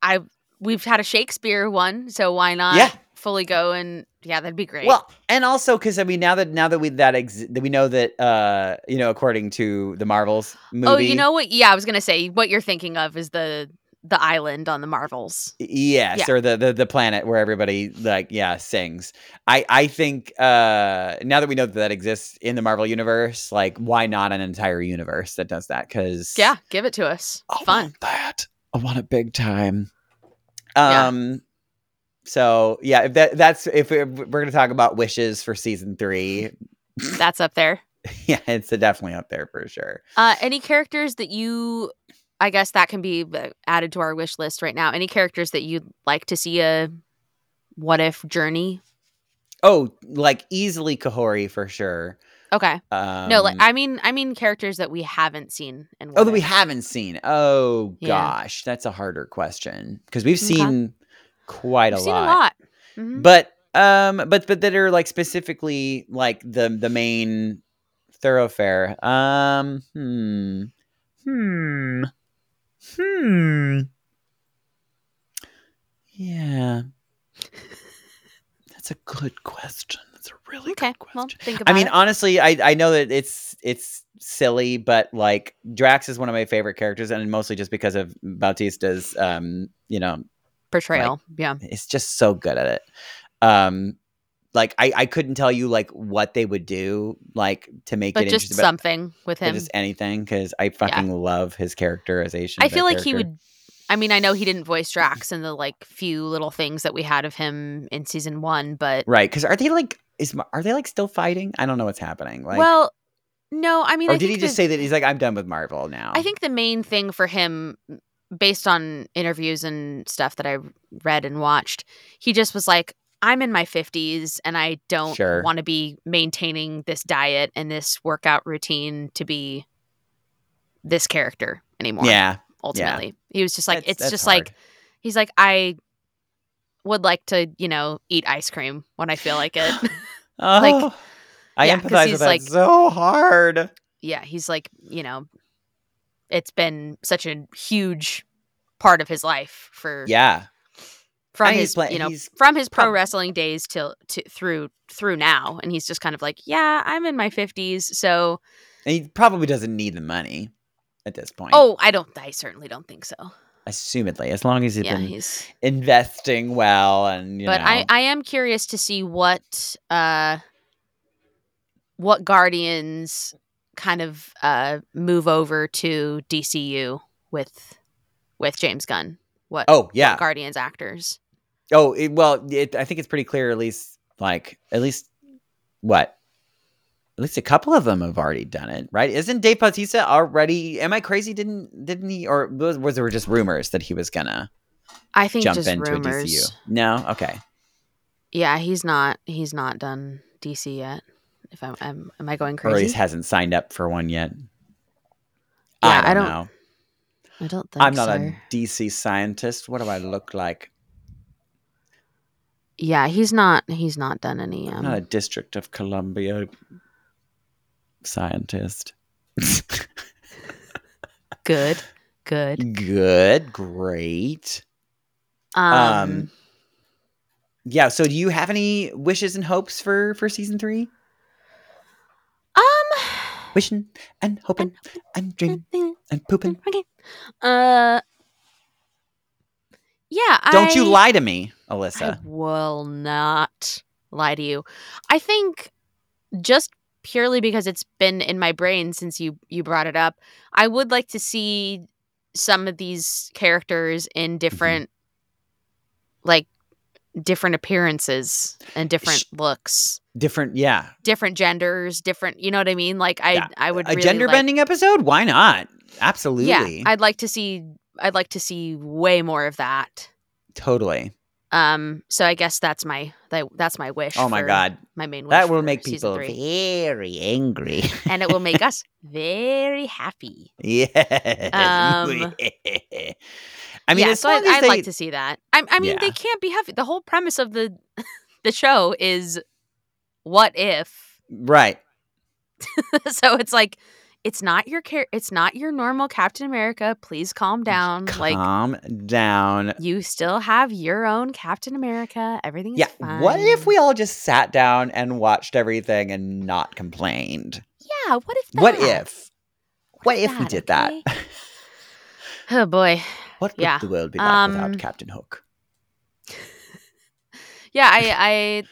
S1: I we've had a Shakespeare one, so why not?
S2: Yeah.
S1: fully go and yeah, that'd be great.
S2: Well, and also because I mean now that now that we that, ex- that we know that uh you know according to the Marvels movie,
S1: oh, you know what? Yeah, I was gonna say what you're thinking of is the the island on the Marvels.
S2: yes
S1: Yeah.
S2: or the, the the planet where everybody like yeah sings i i think uh now that we know that that exists in the marvel universe like why not an entire universe that does that because
S1: Yeah, give it to us.
S2: Oh,
S1: Fun.
S2: that i want it big time
S1: Yeah.
S2: um so yeah if that that's if we're, we're gonna talk about wishes for season three
S1: That's up there.
S2: yeah it's definitely up there for sure
S1: Uh, any characters that you, I guess that can be uh, added to our wish list right now. Any characters that you'd like to see a what if journey?
S2: oh like easily kahori for sure
S1: Okay,
S2: um,
S1: no, like I mean, I mean characters that we haven't seen. And
S2: Oh, that we haven't seen. Oh
S1: Yeah.
S2: gosh, that's a harder question because we've
S1: Okay.
S2: seen quite a,
S1: seen
S2: lot.
S1: a lot. Mhm.
S2: but um, but but that are like specifically like the the main thoroughfare. Um, hmm, hmm, hmm. Yeah, that's a good question. That's a really
S1: Okay,
S2: good question.
S1: well, think about
S2: I mean,
S1: it.
S2: honestly, I I know that it's it's silly, but like Drax is one of my favorite characters, and mostly just because of Bautista's, um, you know,
S1: portrayal. yeah,
S2: it's just so good at it. Um, like I I couldn't tell you like what they would do like to make
S1: but
S2: it
S1: just
S2: interesting, but-
S1: something with
S2: but
S1: him.
S2: just anything because I fucking love his characterization.
S1: I
S2: of that
S1: feel like he
S2: character.
S1: would. I mean, I know he didn't voice Drax in the like few little things that we had of him in season one, but
S2: right because are they like is Ma- are they like still fighting? I don't know what's happening. Like,
S1: well, no, I mean,
S2: or
S1: I
S2: did
S1: think
S2: he just
S1: the-
S2: say that he's like I'm done with Marvel now?
S1: I think the main thing for him, based on interviews and stuff that I read and watched, he just was like, I'm in my 50s and I don't
S2: Sure.
S1: want to be maintaining this diet and this workout routine to be this character anymore.
S2: yeah,
S1: Ultimately, he was just like,
S2: That's-
S1: it's
S2: that's
S1: just
S2: hard.
S1: like, he's like, I would like to, you know, eat ice cream when I feel like it.
S2: Oh,
S1: Like,
S2: I
S1: yeah, 'cause
S2: empathize
S1: he's
S2: with that
S1: like-
S2: so hard.
S1: yeah, he's like, you know, it's been such a huge part of his life for
S2: Yeah,
S1: from
S2: And he's
S1: his
S2: play-
S1: you know
S2: he's
S1: from his pro
S2: prob-
S1: wrestling days till to, through through now, and he's just kind of like, yeah, I'm in my fifties, so
S2: and he probably doesn't need the money at this point.
S1: oh, I don't, I certainly don't think so.
S2: assumedly, as long as he's
S1: Yeah,
S2: been
S1: he's.
S2: investing well, and you
S1: But
S2: know,
S1: I I am curious to see what uh what guardians kind of uh move over to DCU with with James Gunn. What
S2: oh yeah,
S1: Guardians actors.
S2: oh it, well, it, I think it's pretty clear. At least like at least what. At least a couple of them have already done it, right? Isn't Dave Bautista already? Am I crazy? Didn't didn't he? Or was, was there just rumors that he was gonna
S1: I think
S2: jump
S1: just
S2: into
S1: rumors.
S2: a DCU? No, okay.
S1: Yeah, he's not. He's not done DC yet. If I'm, I'm am I going
S2: Or he
S1: crazy?
S2: hasn't signed up for one yet.
S1: Yeah,
S2: I
S1: I
S2: don't
S1: don't-
S2: know.
S1: I don't think
S2: I'm not
S1: so.
S2: a DC scientist. What do I look like?
S1: Yeah, he's not. He's not done any.
S2: I'm
S1: Um,
S2: not a District of Columbia scientist.
S1: good,
S2: Mm,
S1: good.
S2: Good, great.
S1: Um,
S2: Um, Yeah. So, do you have any wishes and hopes for for season three?
S1: um,
S2: Wishing and hoping and dreaming and pooping.
S1: uh, Yeah.
S2: Don't you
S1: I-
S2: lie to me, Alyssa.
S1: I will not lie to you. I think just purely because it's been in my brain since you you brought it up, I would like to see some of these characters
S2: Mm-hmm.
S1: in different like different appearances and different
S2: Sh-
S1: looks,
S2: Different, yeah.
S1: different genders, different, you know what I mean? Like I
S2: Yeah.
S1: I would
S2: a
S1: really
S2: gender
S1: like-
S2: bending episode? Why not? Absolutely.
S1: Yeah, I'd like to see I'd like to see way more of that.
S2: totally.
S1: Um so I guess that's my that, that's my wish.
S2: Oh my
S1: for-
S2: god.
S1: my main wish
S2: That will
S1: for
S2: make
S1: season
S2: people
S1: three. Um,
S2: very angry.
S1: and it will make us very happy
S2: yes.
S1: Um,
S2: I mean,
S1: yeah,
S2: as
S1: so I,
S2: long as
S1: i'd
S2: they,
S1: like to see that i, I mean
S2: Yeah.
S1: they can't be happy the whole premise of the the show is what if
S2: right.
S1: so it's like it's not your care it's not your normal captain america please calm down Mm, like
S2: Calm down.
S1: you still have your own captain america everything's
S2: Yeah.
S1: fine.
S2: What if we all just sat down and watched everything and not complained?
S1: yeah what if that?
S2: What if? What if we
S1: that,
S2: did that?
S1: okay? oh boy
S2: What would
S1: Yeah.
S2: the world be like
S1: Um,
S2: without Captain Hook?
S1: yeah i i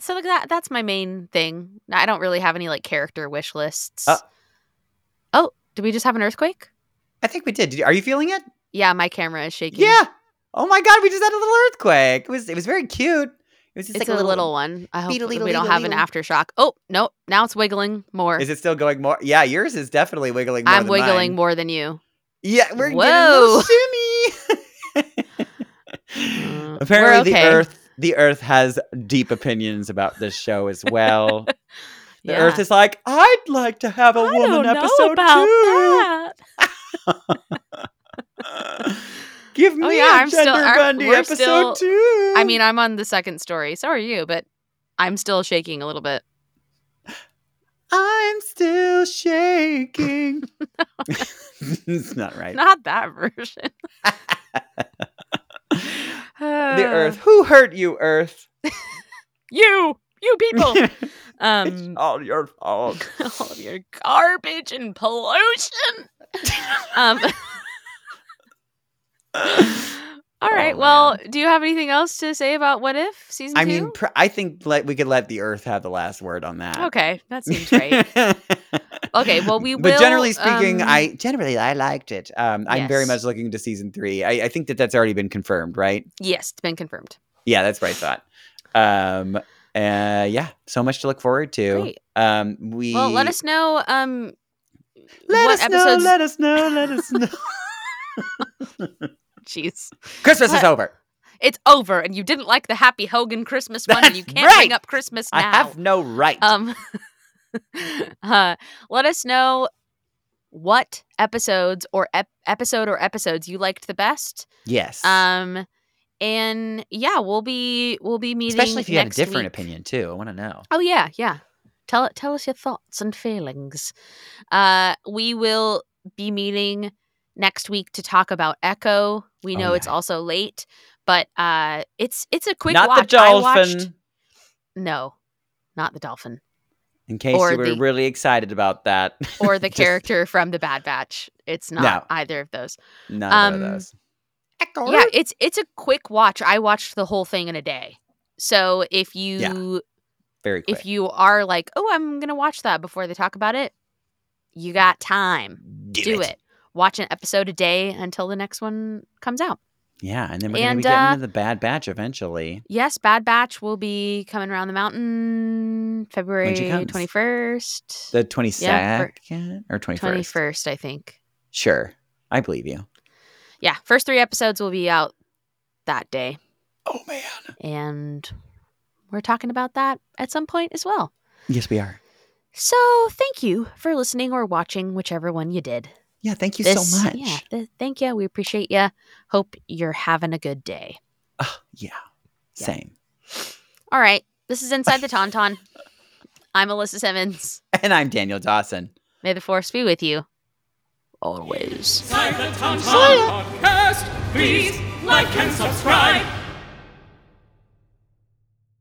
S1: so like that that's my main thing i don't really have any like character wish lists
S2: Uh.
S1: oh did we just have an earthquake
S2: I think we did. Did you- Are you feeling it?
S1: yeah my camera is shaking
S2: Yeah. Oh my God, we just had a little earthquake. It was it was very cute. It was just
S1: it's,
S2: like
S1: a little, one i hope we
S2: beetle,
S1: don't have an
S2: beetle.
S1: aftershock oh no now it's wiggling more
S2: Is it still going more? Yeah, yours is definitely wiggling. More
S1: i'm
S2: than
S1: wiggling
S2: mine.
S1: more than you
S2: Yeah, we're getting a little
S1: Mm,
S2: shimmy. Apparently,
S1: we're
S2: the
S1: okay.
S2: Earth the Earth has deep opinions about this show as well. The
S1: yeah.
S2: Earth is like, I'd like to have a
S1: I
S2: woman
S1: don't know
S2: episode
S1: about
S2: too.
S1: that.
S2: Give me
S1: Oh, yeah,
S2: a
S1: I'm still-
S2: gender
S1: aren't-
S2: Bundy
S1: we're
S2: episode
S1: still-
S2: two.
S1: i mean i'm on the second story so are you but i'm still shaking a little bit
S2: I'm still shaking. it's not right.
S1: not that version
S2: The Earth. Who hurt you, Earth?
S1: you you people um
S2: All your fault.
S1: all of your garbage and pollution um all right
S2: Oh,
S1: well do you have anything else to say about what if season
S2: I
S1: two
S2: mean, pr- I think like we could let the Earth have the last word on that.
S1: okay that seems right Okay, well, we will,
S2: But generally speaking,
S1: um,
S2: I generally I liked it. Um, I'm very
S1: Yes.
S2: much looking to season three. I, I think that that's already been confirmed, right?
S1: yes it's been confirmed
S2: Yeah, that's what I thought. Um, uh, yeah, so much to look forward to.
S1: Great.
S2: Um, we
S1: well let us know um
S2: let
S1: what
S2: us
S1: episodes
S2: know. Let us know. Let us know.
S1: jeez
S2: Christmas is
S1: What?
S2: over.
S1: it's over and you didn't like the happy hogan christmas one and
S2: That's
S1: you can't
S2: right.
S1: bring up christmas now
S2: I have no right.
S1: um uh, let us know what episodes or ep- episode or episodes you liked the best
S2: yes.
S1: um and yeah we'll be we'll be meeting
S2: Especially if you have a
S1: next
S2: different
S1: week.
S2: opinion too. I want to know.
S1: oh yeah yeah tell tell us your thoughts and feelings uh we will be meeting next week to talk about echo we
S2: Oh,
S1: know it's
S2: yeah.
S1: also late but uh it's it's a quick
S2: Not
S1: watch
S2: the
S1: I
S2: dolphin.
S1: watched- no not the dolphin
S2: In case
S1: Or
S2: you were
S1: the-
S2: really excited about that,
S1: or the
S2: Just
S1: character from the Bad Batch. It's not
S2: No.
S1: either of those.
S2: none of
S1: um,
S2: those.
S1: Yeah, it's it's a quick watch. I watched the whole thing in a day. So if you
S2: Very quick.
S1: if you are like, oh, I'm gonna watch that before they talk about it, you got time.
S2: do,
S1: it. Watch an episode a day until the next one comes out.
S2: Yeah, and then we're gonna
S1: And,
S2: be getting
S1: uh,
S2: into the Bad Batch eventually.
S1: Yes, Bad Batch will be coming around the mountain February
S2: comes.
S1: twenty first.
S2: The twenty second or twenty
S1: Twenty
S2: first.
S1: first, I think.
S2: Sure, I believe you.
S1: Yeah, first three episodes will be out that day.
S2: Oh man,
S1: and we're talking about that at some point as well.
S2: yes we are.
S1: So thank you for listening or watching, whichever one you did.
S2: Yeah, thank you
S1: This-
S2: so much.
S1: Yeah, th- thank you. We appreciate you. Hope you're having a good day.
S2: Ah, yeah,
S1: Yeah.
S2: same.
S1: All right, this is Inside the Tauntaun. I'm Alyssa Simmons.
S2: And I'm Daniel Dawson.
S1: May the force be with you always.
S6: Inside the Tauntaun Podcast. Please like and subscribe.